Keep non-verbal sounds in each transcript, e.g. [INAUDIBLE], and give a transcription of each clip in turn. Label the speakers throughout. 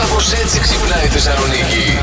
Speaker 1: Κάπως έτσι ξυπνάει η Θεσσαλονίκη.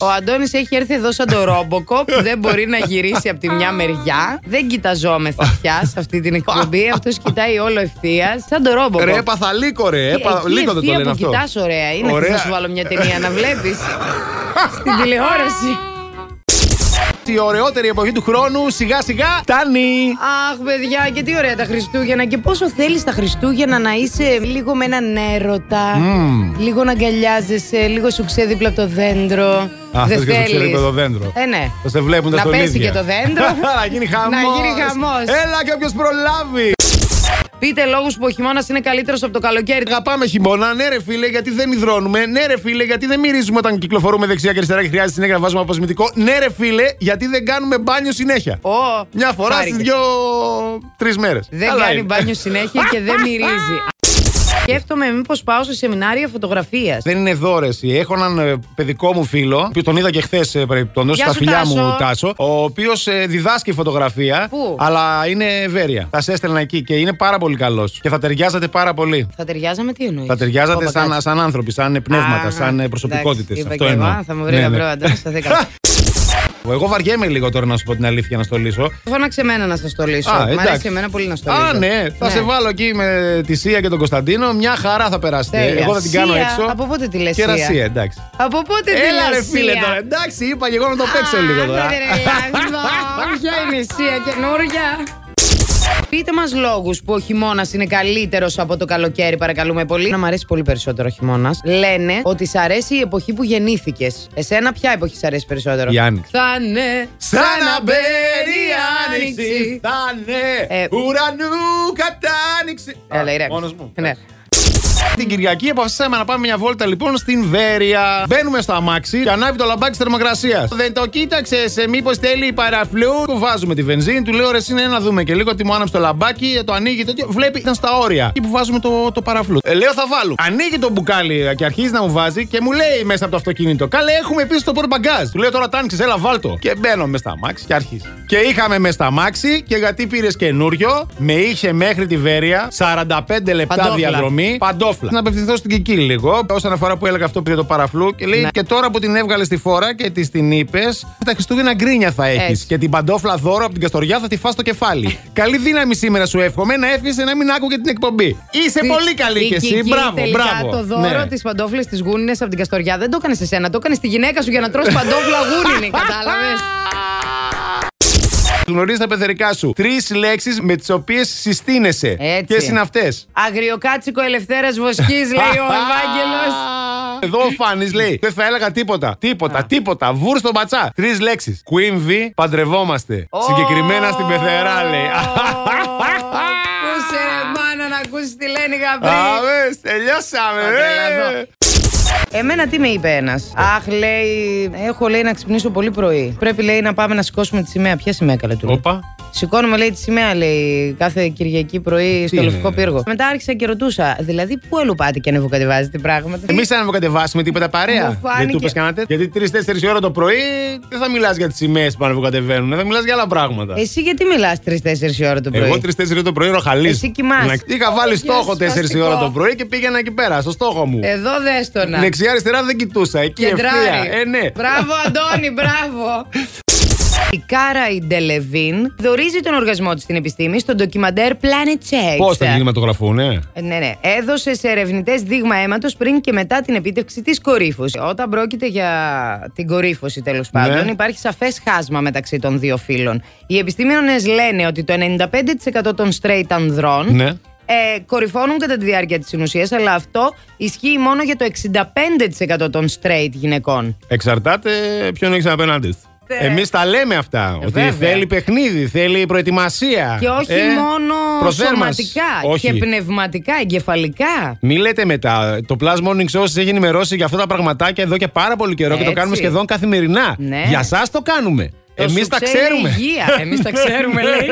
Speaker 2: Ο Αντώνης έχει έρθει εδώ σαν το ρόμποκο
Speaker 3: [LAUGHS]
Speaker 2: που δεν μπορεί να γυρίσει από τη μια μεριά. Δεν κοιταζόμεθα πια σε αυτή την εκπομπή. Αυτός κοιτάει όλο ευθείας. Σαν το ρόμποκο.
Speaker 3: Ρε, παθαλίκο, ρε.
Speaker 2: Εκεί
Speaker 3: Επα... Λίκο δεν το
Speaker 2: ευθεία
Speaker 3: λένε
Speaker 2: που
Speaker 3: αυτό.
Speaker 2: κοιτάς ωραία. Είναι ωραία.
Speaker 3: Ωραία.
Speaker 2: να σου βάλω μια ταινία να βλέπεις. Στην τηλεόραση.
Speaker 3: Η ωραιότερη εποχή του χρόνου σιγά σιγά φτάνει.
Speaker 2: Αχ, παιδιά, και τι ωραία τα Χριστούγεννα. Και πόσο θέλεις τα Χριστούγεννα να είσαι λίγο με έναν έρωτα. Λίγο να αγκαλιάζεσαι, λίγο σου ξέδιπλα από το δέντρο.
Speaker 3: Α, θες και σου
Speaker 2: θέλεις.
Speaker 3: ξέδιπλα το δέντρο.
Speaker 2: Ε, ναι.
Speaker 3: Θα σε βλέπουν τα
Speaker 2: Να
Speaker 3: στολίδια.
Speaker 2: πέσει και το δέντρο.
Speaker 3: [LAUGHS] να γίνει χαμός.
Speaker 2: Να γίνει χαμός.
Speaker 3: Έλα και όποιος προλάβει.
Speaker 2: Πείτε λόγους που ο χειμώνας είναι καλύτερος από το καλοκαίρι.
Speaker 3: Αγαπάμε χειμώνα, ναι ρε φίλε, γιατί δεν υδρώνουμε. Ναι ρε φίλε, γιατί δεν μυρίζουμε όταν κυκλοφορούμε δεξιά και αριστερά και χρειάζεται συνέχεια να βάζουμε αποσμητικό. Ναι ρε φίλε, γιατί δεν κάνουμε μπάνιο συνέχεια.
Speaker 2: Ω,
Speaker 3: Μια φορά
Speaker 2: χάρηκα.
Speaker 3: στι δύο-τρει μέρες.
Speaker 2: Δεν κάνει μπάνιο συνέχεια και δεν
Speaker 3: [LAUGHS]
Speaker 2: μυρίζει. Σκέφτομαι μήπως πάω σε σεμινάρια φωτογραφίας.
Speaker 3: Δεν είναι εδώ, ρε, εσύ. Έχω έναν ε, παιδικό μου φίλο, που τον είδα και ε, χθε παρεμπιπτόντω,
Speaker 2: Γεια
Speaker 3: στα
Speaker 2: σου,
Speaker 3: φιλιά
Speaker 2: Τάσο.
Speaker 3: μου Τάσο, ο οποίος διδάσκει φωτογραφία,
Speaker 2: Πού?
Speaker 3: αλλά είναι ευέρεια. Θα σε έστελνα εκεί και είναι πάρα πολύ καλός. Και θα ταιριάζατε πάρα πολύ.
Speaker 2: Θα ταιριάζαμε τι εννοείς.
Speaker 3: Θα ταιριάζατε σαν, σαν άνθρωποι, σαν ε, πνεύματα, σαν ε, προσωπικότητες.
Speaker 2: Είπα
Speaker 3: Αυτό
Speaker 2: και
Speaker 3: εννοώ.
Speaker 2: εγώ, θα μου βρει
Speaker 3: Ναι,
Speaker 2: ένα
Speaker 3: ναι. [LAUGHS]
Speaker 2: πρόβατα. στα δέκα.
Speaker 3: Εγώ βαριέμαι λίγο τώρα να σου πω την αλήθεια να στολίσω.
Speaker 2: Φώναξε εμένα να σα το λύσω.
Speaker 3: Α,
Speaker 2: Μ'
Speaker 3: εντάξει.
Speaker 2: αρέσει εμένα πολύ να στο λύσω.
Speaker 3: Α, ναι. Θα σε βάλω εκεί με τη Σία και τον Κωνσταντίνο. Μια χαρά θα περάσετε.
Speaker 2: Τέλεια.
Speaker 3: Εγώ θα την κάνω
Speaker 2: Σία.
Speaker 3: έξω.
Speaker 2: Από πότε τη λες
Speaker 3: Κέρα
Speaker 2: Σία?
Speaker 3: Σία, εντάξει.
Speaker 2: Από πότε τη
Speaker 3: Έλα ρε
Speaker 2: λες,
Speaker 3: φίλε
Speaker 2: Σία?
Speaker 3: τώρα, εντάξει, είπα και εγώ να το παίξω λίγο τώρα.
Speaker 2: Α, δεν τρελαθώ.
Speaker 3: [LAUGHS]
Speaker 2: Ποια είναι η Σία καινούρια. Πείτε μας λόγους που ο χειμώνας είναι καλύτερος από το καλοκαίρι, παρακαλούμε πολύ. Να μ' αρέσει πολύ περισσότερο ο χειμώνας. Λένε ότι σ' αρέσει η εποχή που γεννήθηκες Εσένα, ποια εποχή σ' αρέσει περισσότερο.
Speaker 3: Η Άνοιξη.
Speaker 2: Θα είναι
Speaker 3: Σαν να μπαίνει η άνοιξη, θα
Speaker 2: Ε,
Speaker 3: ναι, ουρανού κατάνοιξη.
Speaker 2: Έλα,
Speaker 3: Α,
Speaker 2: ηρέμησε.
Speaker 3: Μόνος μου.
Speaker 2: Ναι.
Speaker 3: Την Κυριακή αποφασίσαμε να πάμε μια βόλτα λοιπόν στην Βέρεια. Μπαίνουμε στο αμάξι και ανάβει το λαμπάκι της θερμοκρασίας. Δεν το κοίταξες, σε μήπως θέλει παραφλού. Του βάζουμε τη βενζίνη, του λέω ρε είναι να δούμε και λίγο. Τι μου άναψε το λαμπάκι, ε, το ανοίγει τέτοιο. Βλέπει ήταν στα όρια. Εκεί που βάζουμε το, το παραφλού. Ε, λέω θα βάλω. Ανοίγει το μπουκάλι ε, και αρχίζει να μου βάζει και μου λέει μέσα από το αυτοκίνητο. Καλέ, έχουμε πίσω το πορμπαγκάζ. Του λέω τώρα τάνξε, έλα βάλτο. Και μπαίνω μες στα αμάξι και αρχίζει. Και είχαμε μες στα αμάξι και γιατί πήρες καινούριο, με είχε μέχρι τη Βέρεια 45 λεπτά
Speaker 2: Παντόφλα.
Speaker 3: διαδρομή στιγμή. Παντόφλα. Να απευθυνθώ στην Κική λίγο. Όσον αφορά που έλεγα αυτό που για το παραφλού. Και λέει
Speaker 2: Ναι.
Speaker 3: και τώρα που την έβγαλε στη φόρα και τη την είπες, τα Χριστούγεννα γκρίνια θα έχεις.
Speaker 2: Έτσι.
Speaker 3: Και την παντόφλα δώρο από την Καστοριά θα τη φά στο
Speaker 2: [LAUGHS]
Speaker 3: κεφάλι. καλή δύναμη σήμερα σου εύχομαι να εύχεσαι να μην άκουγε την εκπομπή. Είσαι
Speaker 2: Τι-
Speaker 3: πολύ καλή
Speaker 2: η
Speaker 3: κι εσύ.
Speaker 2: Κική
Speaker 3: Μπράβο,
Speaker 2: τελικά
Speaker 3: μπράβο. Ναι.
Speaker 2: Το δώρο [LAUGHS] της παντόφλης της γούνινε από την Καστοριά δεν το έκανες σε σένα. Το έκανες στη γυναίκα σου για να τρώσει παντόφλα
Speaker 3: [LAUGHS]
Speaker 2: γούνινη, κατάλαβες.
Speaker 3: Γνωρίζει τα πεθερικά σου. Τρεις λέξεις με τις οποίες συστήνεσαι.
Speaker 2: Έτσι.
Speaker 3: Ποιες είναι αυτές.
Speaker 2: Αγριοκάτσικο ελευθέρας βοσκής, λέει ο Ευάγγελος.
Speaker 3: Εδώ ο Φάνη λέει: Δεν θα έλεγα τίποτα. Τίποτα, τίποτα. Βουρ στο μπατσά. Τρεις λέξεις. Queen V, παντρευόμαστε. [LAUGHS] Συγκεκριμένα στην πεθερά λέει.
Speaker 2: [LAUGHS] Πούσε μάνα να ακούσεις τι λένε οι γαμπροί.
Speaker 3: Αβε, τελειώσαμε.
Speaker 2: Θα
Speaker 3: ε.
Speaker 2: τρελαθώ. Εμένα τι με είπε ένας. Αχ, λέει, έχω λέει να ξυπνήσω πολύ πρωί. Πρέπει λέει να πάμε να σηκώσουμε τη σημαία. Ποια σημαία καλέ του. λέω.
Speaker 3: Όπα.
Speaker 2: Σηκώνουμε, λέει, τη σημαία, λέει, κάθε Κυριακή πρωί στο
Speaker 3: είναι,
Speaker 2: Λευκό
Speaker 3: ρε.
Speaker 2: Πύργο. Μετά άρχισα και ρωτούσα, δηλαδή, πού ανεβοκατεβάζει και ανεβοκατεβάζετε πράγματα.
Speaker 3: Εμείς αν ανεβοκατεβάσουμε τίποτα
Speaker 2: Μου
Speaker 3: παρέα.
Speaker 2: φάνηκε-
Speaker 3: Δεν του πες κανένα τέτοιο. Γιατί 3-4 ώρα το πρωί δεν θα μιλάς για τις σημαίες που ανεβοκατεβαίνουν, θα μιλάς για άλλα πράγματα.
Speaker 2: Εσύ γιατί μιλάς 3-4 ώρα το πρωί.
Speaker 3: Εγώ 3-4 το πρωί ροχαλής.
Speaker 2: Εσύ κοιμάσαι.
Speaker 3: Είχα βάλει
Speaker 2: Για
Speaker 3: στόχο 4
Speaker 2: σπαστικό.
Speaker 3: ώρα το πρωί και πήγαινα εκεί πέρα, στο στόχο μου.
Speaker 2: Εδώ δέστονα.
Speaker 3: Δεξιά-αριστερά δεν κοιτούσα. Εκεί ευθεία. Ε, ναι.
Speaker 2: Μπράβο,
Speaker 3: [LAUGHS]
Speaker 2: Αντώνη, μπράβο. Η Κάρα η Ντελεβίν δορίζει τον οργασμό της στην επιστήμη στο ντοκιμαντέρ Planet Sex.
Speaker 3: Πώς θα κινηματογραφούνε.
Speaker 2: Ε, Ναι, ναι. Έδωσε σε ερευνητές δείγμα αίματος πριν και μετά την επίτευξη της κορύφωσης. Όταν πρόκειται για την κορύφωση, τέλος πάντων,
Speaker 3: Ναι.
Speaker 2: υπάρχει σαφές χάσμα μεταξύ των δύο φύλων. Οι επιστήμονες λένε ότι το 95% των straight ανδρών
Speaker 3: Ναι.
Speaker 2: ε, κορυφώνουν κατά τη διάρκεια της συνουσίας, αλλά αυτό ισχύει μόνο για το 65% των straight γυναικών.
Speaker 3: Εξαρτάται ποιον έχεις απέναντί σου.
Speaker 2: Ε,
Speaker 3: Εμείς τα λέμε αυτά. ότι
Speaker 2: βέβαια.
Speaker 3: θέλει παιχνίδι, θέλει προετοιμασία.
Speaker 2: Και όχι
Speaker 3: Ε,
Speaker 2: μόνο
Speaker 3: προσέρμανση.
Speaker 2: σωματικά
Speaker 3: Όχι.
Speaker 2: και πνευματικά, εγκεφαλικά.
Speaker 3: Μη λέτε μετά. Το Plus Morning Show σας έχει ενημερώσει για αυτά τα πραγματάκια εδώ και πάρα πολύ καιρό και
Speaker 2: Έτσι.
Speaker 3: το κάνουμε σχεδόν καθημερινά.
Speaker 2: Ναι.
Speaker 3: Για εσά το κάνουμε.
Speaker 2: Το
Speaker 3: Εμεί
Speaker 2: σου
Speaker 3: Ε, τα
Speaker 2: ξέρει η
Speaker 3: ξέρουμε.
Speaker 2: Υγεία.
Speaker 3: [LAUGHS]
Speaker 2: Εμείς τα ξέρουμε, λέει.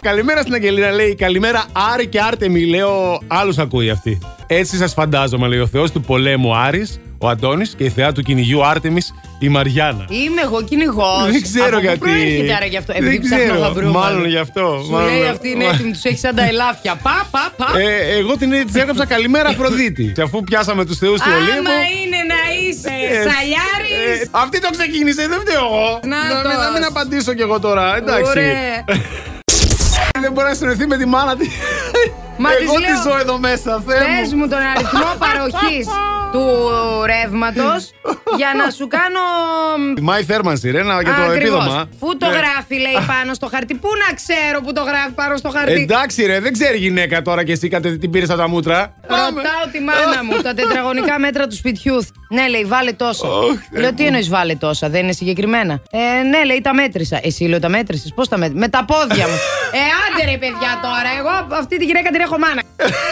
Speaker 3: Καλημέρα στην Αγγελίνα, λέει. Καλημέρα, Άρη και Άρτεμι. Λέω, άλλους ακούει αυτή. Έτσι σας φαντάζομαι, λέει ο Θεός του πολέμου Άρης, ο ο Αντώνης και η θεά του κυνηγιού Άρτεμι, η Μαριάννα.
Speaker 2: Είμαι εγώ κυνηγός.
Speaker 3: Δεν ξέρω
Speaker 2: Από
Speaker 3: γιατί.
Speaker 2: Πού προέρχεται άρα γι' αυτό. Ε,
Speaker 3: Δεν
Speaker 2: Επειδή ψάχνω
Speaker 3: ξέρω.
Speaker 2: γαμπρού.
Speaker 3: Μάλλον γι' αυτό.
Speaker 2: Σου
Speaker 3: Μάλλον.
Speaker 2: λέει αυτή είναι έτοιμη, τους έχει σαν τα ελάφια. Πα, πα, πα.
Speaker 3: Ε, εγώ την της έγραψα Καλημέρα Αφροδίτη. Και αφού πιάσαμε τους θεούς του Ολύμπου.
Speaker 2: Άμα είναι να
Speaker 3: ε,
Speaker 2: είσαι σαλιάρης.
Speaker 3: ε, αυτή το ξεκίνησε, δεν φταίω εγώ.
Speaker 2: Να
Speaker 3: μην,
Speaker 2: το.
Speaker 3: να μην απαντήσω κι εγώ τώρα, εντάξει. [LAUGHS] Δεν μπορεί να συνεχθεί με τη μάνα τη.
Speaker 2: Μα της
Speaker 3: Εγώ
Speaker 2: λέω,
Speaker 3: τη ζω εδώ μέσα, Θεέ μου.
Speaker 2: Πες μου τον αριθμό παροχής του ρεύματος για να σου κάνω.
Speaker 3: Μάη θέρμανση, ρε, να- για το
Speaker 2: Ακριβώς.
Speaker 3: επίδομα.
Speaker 2: Πού το
Speaker 3: Ναι.
Speaker 2: γράφει, λέει πάνω στο χαρτί. Πού να ξέρω που το γράφει πάνω στο χαρτί.
Speaker 3: Εντάξει, ρε, δεν ξέρει γυναίκα τώρα και εσύ κάτι την πήρε από τα μούτρα.
Speaker 2: Ρωτάω τη μάνα μου τα τετραγωνικά μέτρα του σπιτιού. Ναι, λέει, βάλε τόσα.
Speaker 3: Ωχ, Θεέ
Speaker 2: λέω, τι εννοείς, βάλε τόσα, δεν είναι συγκεκριμένα. Ε, ναι, λέει, τα μέτρησα. Εσύ, λέω, τα μέτρησες. Πώς τα μέτρησε. Με τα πόδια μου. ε, άντε ρε, παιδιά τώρα. Εγώ αυτή τη γυναίκα την έχω μάνα.
Speaker 3: [LAUGHS]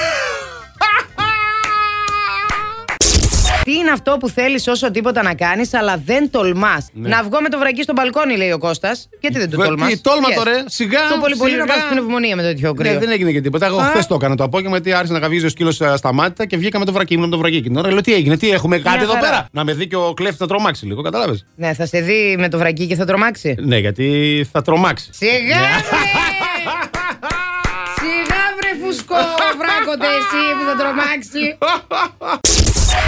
Speaker 2: Τι είναι αυτό που θέλεις όσο τίποτα να κάνεις, αλλά δεν τολμάς. Να βγω με το βρακί στο μπαλκόνι, λέει ο Κώστας. Γιατί δεν το
Speaker 3: Βε-
Speaker 2: τολμά.
Speaker 3: Ναι. τι, τόλμα το, ρε. Σιγά,
Speaker 2: Το πολύ πολύ να
Speaker 3: σιγά.
Speaker 2: πα πνευμονία με το τέτοιο κρύο.
Speaker 3: Ναι, δεν έγινε και τίποτα. Εγώ
Speaker 2: Α.
Speaker 3: χθες το έκανα το απόγευμα γιατί άρχισε να καβίζει ο σκύλος ε, στα μάτια και βγήκα με το βρακί μου με το βρακί. Και την ώρα λέω τι έγινε, τι έχουμε κάτι
Speaker 2: Μια
Speaker 3: εδώ
Speaker 2: χαρά.
Speaker 3: πέρα. Να με δει και ο κλέφτη να τρομάξει λίγο, κατάλαβες.
Speaker 2: Ναι, θα σε δει με το βρακί και θα τρομάξει.
Speaker 3: Ναι, γιατί θα τρομάξει.
Speaker 2: Σιγά βρε! [LAUGHS] Σιγά βρε φουσκό, βράκονται εσύ που θα τρομάξει.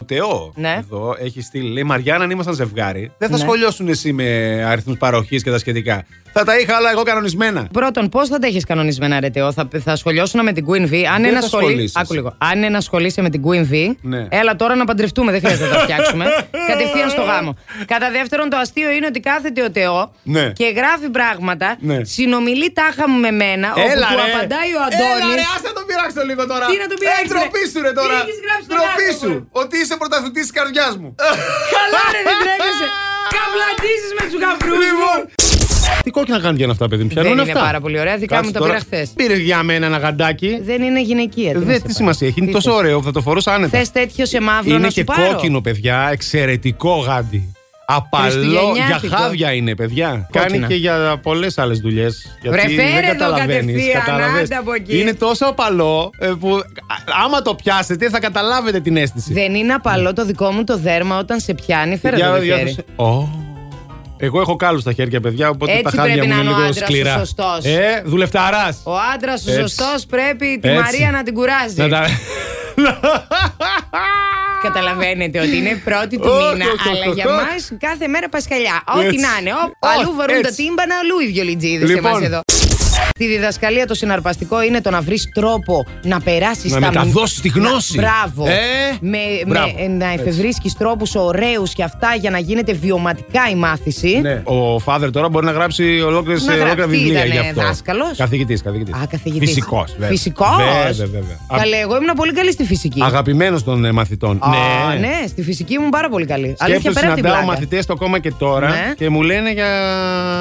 Speaker 3: Ο Τεό
Speaker 2: Ναι.
Speaker 3: εδώ έχει στείλει. Λέει Μαριάννα, αν ήμασταν ζευγάρι, δεν θα
Speaker 2: Ναι.
Speaker 3: σχολιώσουν εσύ με αριθμούς παροχής και τα σχετικά. Θα τα είχα, αλλά εγώ κανονισμένα.
Speaker 2: Πρώτον, πώς θα τα έχεις κανονισμένα, ρε Τεό, θα, θα σχολιώσουν με την Queen V. Αν
Speaker 3: Δεν
Speaker 2: ένα
Speaker 3: θα
Speaker 2: σχολεί.
Speaker 3: σχολήσεις.
Speaker 2: Άκου λίγο. Αν ένα σχολείσαι με την Queen V,
Speaker 3: Ναι.
Speaker 2: έλα τώρα να παντρευτούμε, δεν χρειάζεται να τα φτιάξουμε.
Speaker 3: [LAUGHS]
Speaker 2: Κατευθείαν στο γάμο. Κατά δεύτερον, το αστείο είναι ότι κάθεται ο Τεό
Speaker 3: Ναι.
Speaker 2: και γράφει πράγματα,
Speaker 3: Ναι.
Speaker 2: συνομιλεί τάχα μου με μένα, όπου
Speaker 3: Έλα,
Speaker 2: του
Speaker 3: ρε.
Speaker 2: απαντάει ο
Speaker 3: Έλα,
Speaker 2: Αντώνη.
Speaker 3: ρε, άστα τον πειράξω λίγο τώρα.
Speaker 2: Τι να τον πειράξω,
Speaker 3: Ε, ντροπή
Speaker 2: ρε.
Speaker 3: σου, ρε τώρα.
Speaker 2: Τι έχεις γράψει στον
Speaker 3: Ντροπή
Speaker 2: άνθρωπο,
Speaker 3: σου. Ότι είσαι πρωταθλητής της καρδιάς
Speaker 2: [LAUGHS]
Speaker 3: μου.
Speaker 2: Καλά, ρε, δεν τρέπεσαι. Καβλαντίζει με τους γαμπρούς μου.
Speaker 3: Λοιπόν. Τι κόκκινα κάνουν για αυτά, παιδί μου.
Speaker 2: Δεν είναι πάρα πολύ ωραία. Δικά μου τα πήρα χθες.
Speaker 3: Πήρε για μένα ένα γαντάκι.
Speaker 2: Δεν είναι γυναικεία. τι να σε
Speaker 3: Ε, Δεν
Speaker 2: πάρω.
Speaker 3: τι σημασία έχει. Είναι
Speaker 2: Τι
Speaker 3: τόσο
Speaker 2: θες.
Speaker 3: ωραίο που θα το φορούσα άνετα.
Speaker 2: Θες τέτοιο σε μαύρο
Speaker 3: Είναι
Speaker 2: να σου
Speaker 3: και
Speaker 2: πάρω?
Speaker 3: κόκκινο, παιδιά. Εξαιρετικό γάντι. Απαλό για
Speaker 2: Χριστουγεννιάτικο.
Speaker 3: χάβια είναι, παιδιά.
Speaker 2: Κόκκινα.
Speaker 3: Κάνει και για πολλές άλλες δουλειές.
Speaker 2: Βρε,
Speaker 3: Γιατί
Speaker 2: φέρε
Speaker 3: δεν
Speaker 2: εδώ
Speaker 3: καταλαβαίνεις.
Speaker 2: κατευθείαν, άντε από εκεί.
Speaker 3: Είναι τόσο απαλό ε, που α- άμα το πιάσετε θα καταλάβετε την αίσθηση.
Speaker 2: Δεν είναι απαλό το δικό μου το δέρμα όταν σε πιάνει. Φέρε
Speaker 3: Για-
Speaker 2: το
Speaker 3: για-
Speaker 2: χέρι.
Speaker 3: Ω. Εγώ έχω κάλους στα χέρια, παιδιά, οπότε
Speaker 2: Έτσι
Speaker 3: τα χάδια
Speaker 2: πρέπει
Speaker 3: μου
Speaker 2: να
Speaker 3: είναι
Speaker 2: είναι ο
Speaker 3: λίγο
Speaker 2: άντρας, ο
Speaker 3: σκληρά.
Speaker 2: σωστός.
Speaker 3: Ε, δουλευταράς.
Speaker 2: Ο άντρας ο
Speaker 3: Έτσι.
Speaker 2: σωστός πρέπει τη
Speaker 3: Έτσι.
Speaker 2: Μαρία να την κουράζει.
Speaker 3: Να τα-
Speaker 2: [LAUGHS] Καταλαβαίνετε ότι είναι πρώτη του
Speaker 3: Οχ,
Speaker 2: μήνα,
Speaker 3: οχ, οχ,
Speaker 2: αλλά
Speaker 3: οχ,
Speaker 2: για
Speaker 3: οχ.
Speaker 2: μας κάθε μέρα πασχαλιά. Ό,τι
Speaker 3: Έτσι.
Speaker 2: να είναι. Ό,
Speaker 3: Ω,
Speaker 2: Αλλού βαρούν τα
Speaker 3: έτσι.
Speaker 2: τύμπανα, αλλού οι βιολιτζίδες
Speaker 3: Λοιπόν.
Speaker 2: εμάς εδώ. Στη διδασκαλία το συναρπαστικό είναι το να βρεις τρόπο να περάσεις τα
Speaker 3: Να
Speaker 2: μυ-
Speaker 3: μεταδώσεις τη γνώση.
Speaker 2: Να- Μπράβο.
Speaker 3: Ε,
Speaker 2: με,
Speaker 3: μπράβο.
Speaker 2: με- να εφευρίσκεις τρόπους ωραίους και αυτά για να γίνεται βιωματικά η μάθηση.
Speaker 3: Ναι. Ο Φάδερ τώρα μπορεί να γράψει ολόκληρες-
Speaker 2: Να γράψει.
Speaker 3: ολόκληρα
Speaker 2: Τι
Speaker 3: βιβλία
Speaker 2: ήτανε,
Speaker 3: γι' αυτό.
Speaker 2: δάσκαλος?
Speaker 3: Καθηγητής, καθηγητής.
Speaker 2: Α, καθηγητής.
Speaker 3: Φυσικός.
Speaker 2: Φυσικός.
Speaker 3: Βέβαια, βέβαια.
Speaker 2: Καλέ, εγώ ήμουν πολύ καλή στη φυσική.
Speaker 3: Αγαπημένος των ε, μαθητών.
Speaker 2: Α, ναι, στη φυσική ήμουν πάρα πολύ καλή. Αλήθεια,
Speaker 3: Σκέφτομαι
Speaker 2: πέρα από την
Speaker 3: συναντάω
Speaker 2: πλάκα.
Speaker 3: μαθητές το ακόμα και τώρα
Speaker 2: Ναι.
Speaker 3: και μου λένε για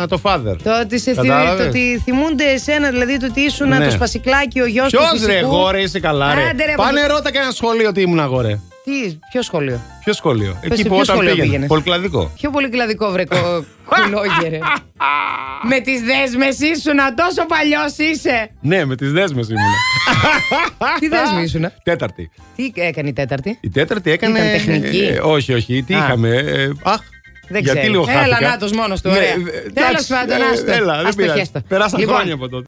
Speaker 3: το Father.
Speaker 2: Το ότι, σε θυμ-
Speaker 3: Κατάλαβες?
Speaker 2: το ότι θυμούνται εσένα, δηλαδή το ότι ήσουν
Speaker 3: Ναι.
Speaker 2: το σπασικλάκι, ο γιος του.
Speaker 3: Ποιος
Speaker 2: φυσικού.
Speaker 3: ρε, εγώ ρε, είσαι καλά, ρε.
Speaker 2: Άντε, ρε,
Speaker 3: Πάνε
Speaker 2: πολύ-
Speaker 3: ρώτα κανένα σχολείο τι ήμουν εγώ, ρε.
Speaker 2: Τι, ποιο σχολείο.
Speaker 3: Ποιο σχολείο. Εκεί
Speaker 2: σε
Speaker 3: που
Speaker 2: ποιο
Speaker 3: όταν
Speaker 2: σχολείο
Speaker 3: πήγαινε.
Speaker 2: πήγαινες?
Speaker 3: Πολυκλαδικό.
Speaker 2: Πιο πολύ κλαδικό
Speaker 3: [LAUGHS]
Speaker 2: βρεκό κουλόγερε. Με τις δέσμες ήσουν, τόσο παλιός είσαι.
Speaker 3: Ναι, με τις δέσμες ήμουν.
Speaker 2: Τι δέσμη ήσουν.
Speaker 3: Τέταρτη.
Speaker 2: Τι έκανε η Τέταρτη.
Speaker 3: Η τέταρτη έκανε.
Speaker 2: Ήταν τεχνική.
Speaker 3: Ε, όχι, όχι. Τι
Speaker 2: Α.
Speaker 3: είχαμε. ε, αχ.
Speaker 2: Δεν
Speaker 3: γιατί
Speaker 2: ξέρω.
Speaker 3: λίγο
Speaker 2: Έλα,
Speaker 3: χάθηκα.
Speaker 2: νάτος μόνος του, ωραία.
Speaker 3: ε,
Speaker 2: Τέλος
Speaker 3: εντάξει,
Speaker 2: πάντων,
Speaker 3: ε,
Speaker 2: άστο.
Speaker 3: Έλα, δεν
Speaker 2: Άστο
Speaker 3: πειράζει.
Speaker 2: χέστο.
Speaker 3: Περάσαν
Speaker 2: Λοιπόν.
Speaker 3: χρόνια από τότε.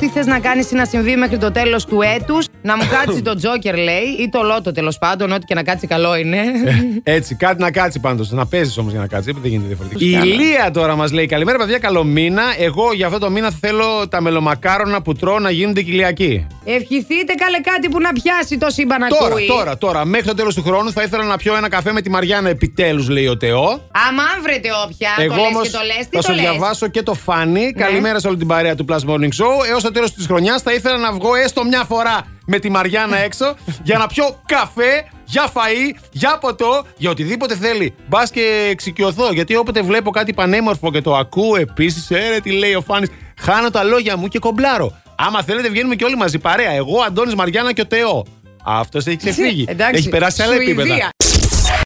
Speaker 2: Τι θες να κάνεις ή να συμβεί μέχρι το τέλος του έτους, να μου κάτσει το Τζόκερ, λέει, ή το Λότο τέλος πάντων, ό,τι και να κάτσει καλό είναι.
Speaker 3: [LAUGHS] Έτσι, κάτι να κάτσει πάντως. Να παίζεις όμως για να κάτσει. Δεν γίνεται διαφορετικά. Η Ηλία τώρα μας λέει: Καλημέρα, παιδιά, καλό μήνα. Εγώ για αυτό το μήνα θέλω τα μελομακάρονα που τρώω να γίνονται κοιλιακοί.
Speaker 2: Ευχηθείτε καλέ κάτι που να πιάσει το σύμπαν να
Speaker 3: Τώρα,
Speaker 2: ακούει.
Speaker 3: τώρα, τώρα. Μέχρι το τέλος του χρόνου θα ήθελα να πιω ένα καφέ με τη Μαριάννα επιτέλους, λέει ο Τεό.
Speaker 2: Άμα αν βρετε όποια, το λες
Speaker 3: όμως
Speaker 2: και το λες, τι
Speaker 3: θα
Speaker 2: το
Speaker 3: σου
Speaker 2: λες. Ναι.
Speaker 3: διαβάσω και το φάνη. Καλημέρα σε όλη την παρέα του Plus Morning Show. Έως το τέλος της χρονιάς θα ήθελα να βγω έστω μια φορά με τη Μαριάννα
Speaker 2: [LAUGHS]
Speaker 3: έξω για να πιω καφέ, για φαΐ, για ποτό, για οτιδήποτε θέλει. Μπας και εξοικειωθώ. Γιατί όποτε βλέπω κάτι πανέμορφο και το ακούω επίσης, έρε τι λέει ο φάνης. Χάνω τα λόγια μου και κομπλάρω. Άμα θέλετε, βγαίνουμε και όλοι μαζί παρέα. Εγώ, Αντώνης Μαριάννα και ο Τεό. Αυτός έχει ξεφύγει.
Speaker 2: Εντάξει,
Speaker 3: έχει περάσει σε άλλα
Speaker 2: Σουηδία.
Speaker 3: επίπεδα.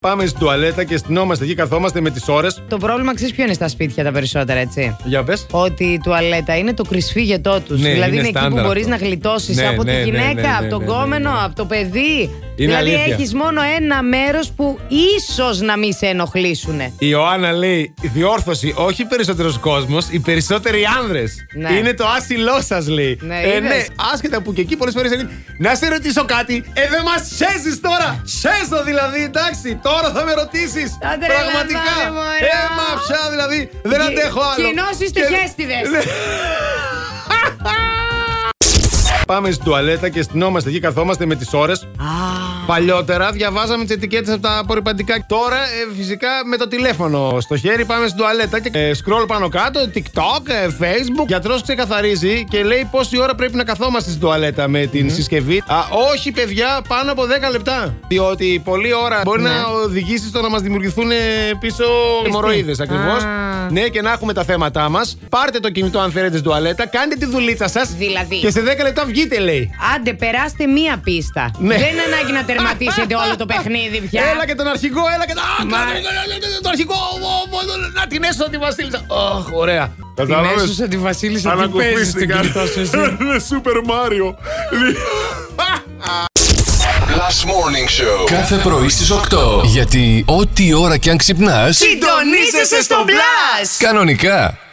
Speaker 3: Πάμε στην τουαλέτα και στυνόμαστε εκεί, καθόμαστε με τις ώρες.
Speaker 2: Το πρόβλημα ξέρεις ποιο είναι στα σπίτια τα περισσότερα, έτσι.
Speaker 3: Για πες.
Speaker 2: Ότι η τουαλέτα είναι το κρυσφύγετό τους.
Speaker 3: Ναι,
Speaker 2: δηλαδή
Speaker 3: είναι
Speaker 2: είναι, εκεί που
Speaker 3: στάνταρ
Speaker 2: μπορεί
Speaker 3: αυτό.
Speaker 2: να γλιτώσεις
Speaker 3: Ναι,
Speaker 2: από
Speaker 3: ναι, ναι,
Speaker 2: τη γυναίκα,
Speaker 3: ναι, ναι,
Speaker 2: από τον
Speaker 3: ναι, ναι,
Speaker 2: κόμενο,
Speaker 3: ναι.
Speaker 2: από το παιδί. δηλαδή
Speaker 3: αλήθεια.
Speaker 2: έχεις μόνο ένα μέρος που ίσως να μην σε ενοχλήσουν.
Speaker 3: Η Ιωάννα λέει: Διόρθωση, όχι περισσότερος κόσμος, οι περισσότεροι άνδρες.
Speaker 2: Ναι.
Speaker 3: Είναι το άσυλό σας, λέει.
Speaker 2: Ναι,
Speaker 3: ε,
Speaker 2: είδες.
Speaker 3: ναι, άσχετα που και εκεί πολλές φορές είναι. Να σε ρωτήσω κάτι, ε, δεν μας σέζεις τώρα! Σέζω δηλαδή, εντάξει, τώρα θα με ρωτήσεις.
Speaker 2: Τα τρελαθάνε,
Speaker 3: Πραγματικά.
Speaker 2: μωρό.
Speaker 3: Έμα πια δηλαδή, δεν
Speaker 2: Κι-
Speaker 3: αντέχω άλλο.
Speaker 2: κοινώσεις
Speaker 3: Και-
Speaker 2: τυχέστιδες. [LAUGHS]
Speaker 3: Ναι. Πάμε στην τουαλέτα και στυνόμαστε εκεί, καθόμαστε με τις ώρες. Παλιότερα διαβάζαμε τις ετικέτες από τα απορριπαντικά. Τώρα, ε, φυσικά, με το τηλέφωνο στο χέρι πάμε στην τουαλέτα και ε, scroll πάνω κάτω, TikTok, ε, Facebook. Γιατρός ξεκαθαρίζει και λέει πόση ώρα πρέπει να καθόμαστε στην τουαλέτα με την συσκευή. Α, όχι, παιδιά, πάνω από 10 λεπτά. Διότι πολλή ώρα μπορεί
Speaker 2: Ναι.
Speaker 3: να οδηγήσει στο να μας δημιουργηθούν ε, πίσω αιμορροίδε ακριβώς.
Speaker 2: Α.
Speaker 3: Ναι, και να έχουμε τα θέματά μας. Πάρτε το κινητό αν θέλετε στην τουαλέτα, κάντε τη δουλίτσα σας.
Speaker 2: Δηλαδή.
Speaker 3: Και σε 10 λεπτά βγείτε, λέει.
Speaker 2: Άντε, περάστε μία πίστα.
Speaker 3: Ναι.
Speaker 2: Δεν είναι ανάγκη να
Speaker 3: [LAUGHS]
Speaker 2: τερματίσετε όλο το παιχνίδι πια.
Speaker 3: Έλα και τον αρχηγό, έλα και. Α,
Speaker 2: Μα-
Speaker 3: κάνε- κάνε- Το αρχηγό, ο, ο, ο, να την έσω τη Βασίλισσα. Αχ, ωραία.
Speaker 2: Την έσωσα τη Βασίλισσα, τι παίζεις στον κινητό σου εσύ.
Speaker 3: Είναι Σούπερ [LAUGHS] Μάριο.
Speaker 1: Last Morning Show.
Speaker 4: Κάθε πρωί στις 8. Γιατί ό,τι ώρα κι αν ξυπνάς,
Speaker 2: Συντονίζεσαι στο Blast!
Speaker 4: κανονικά.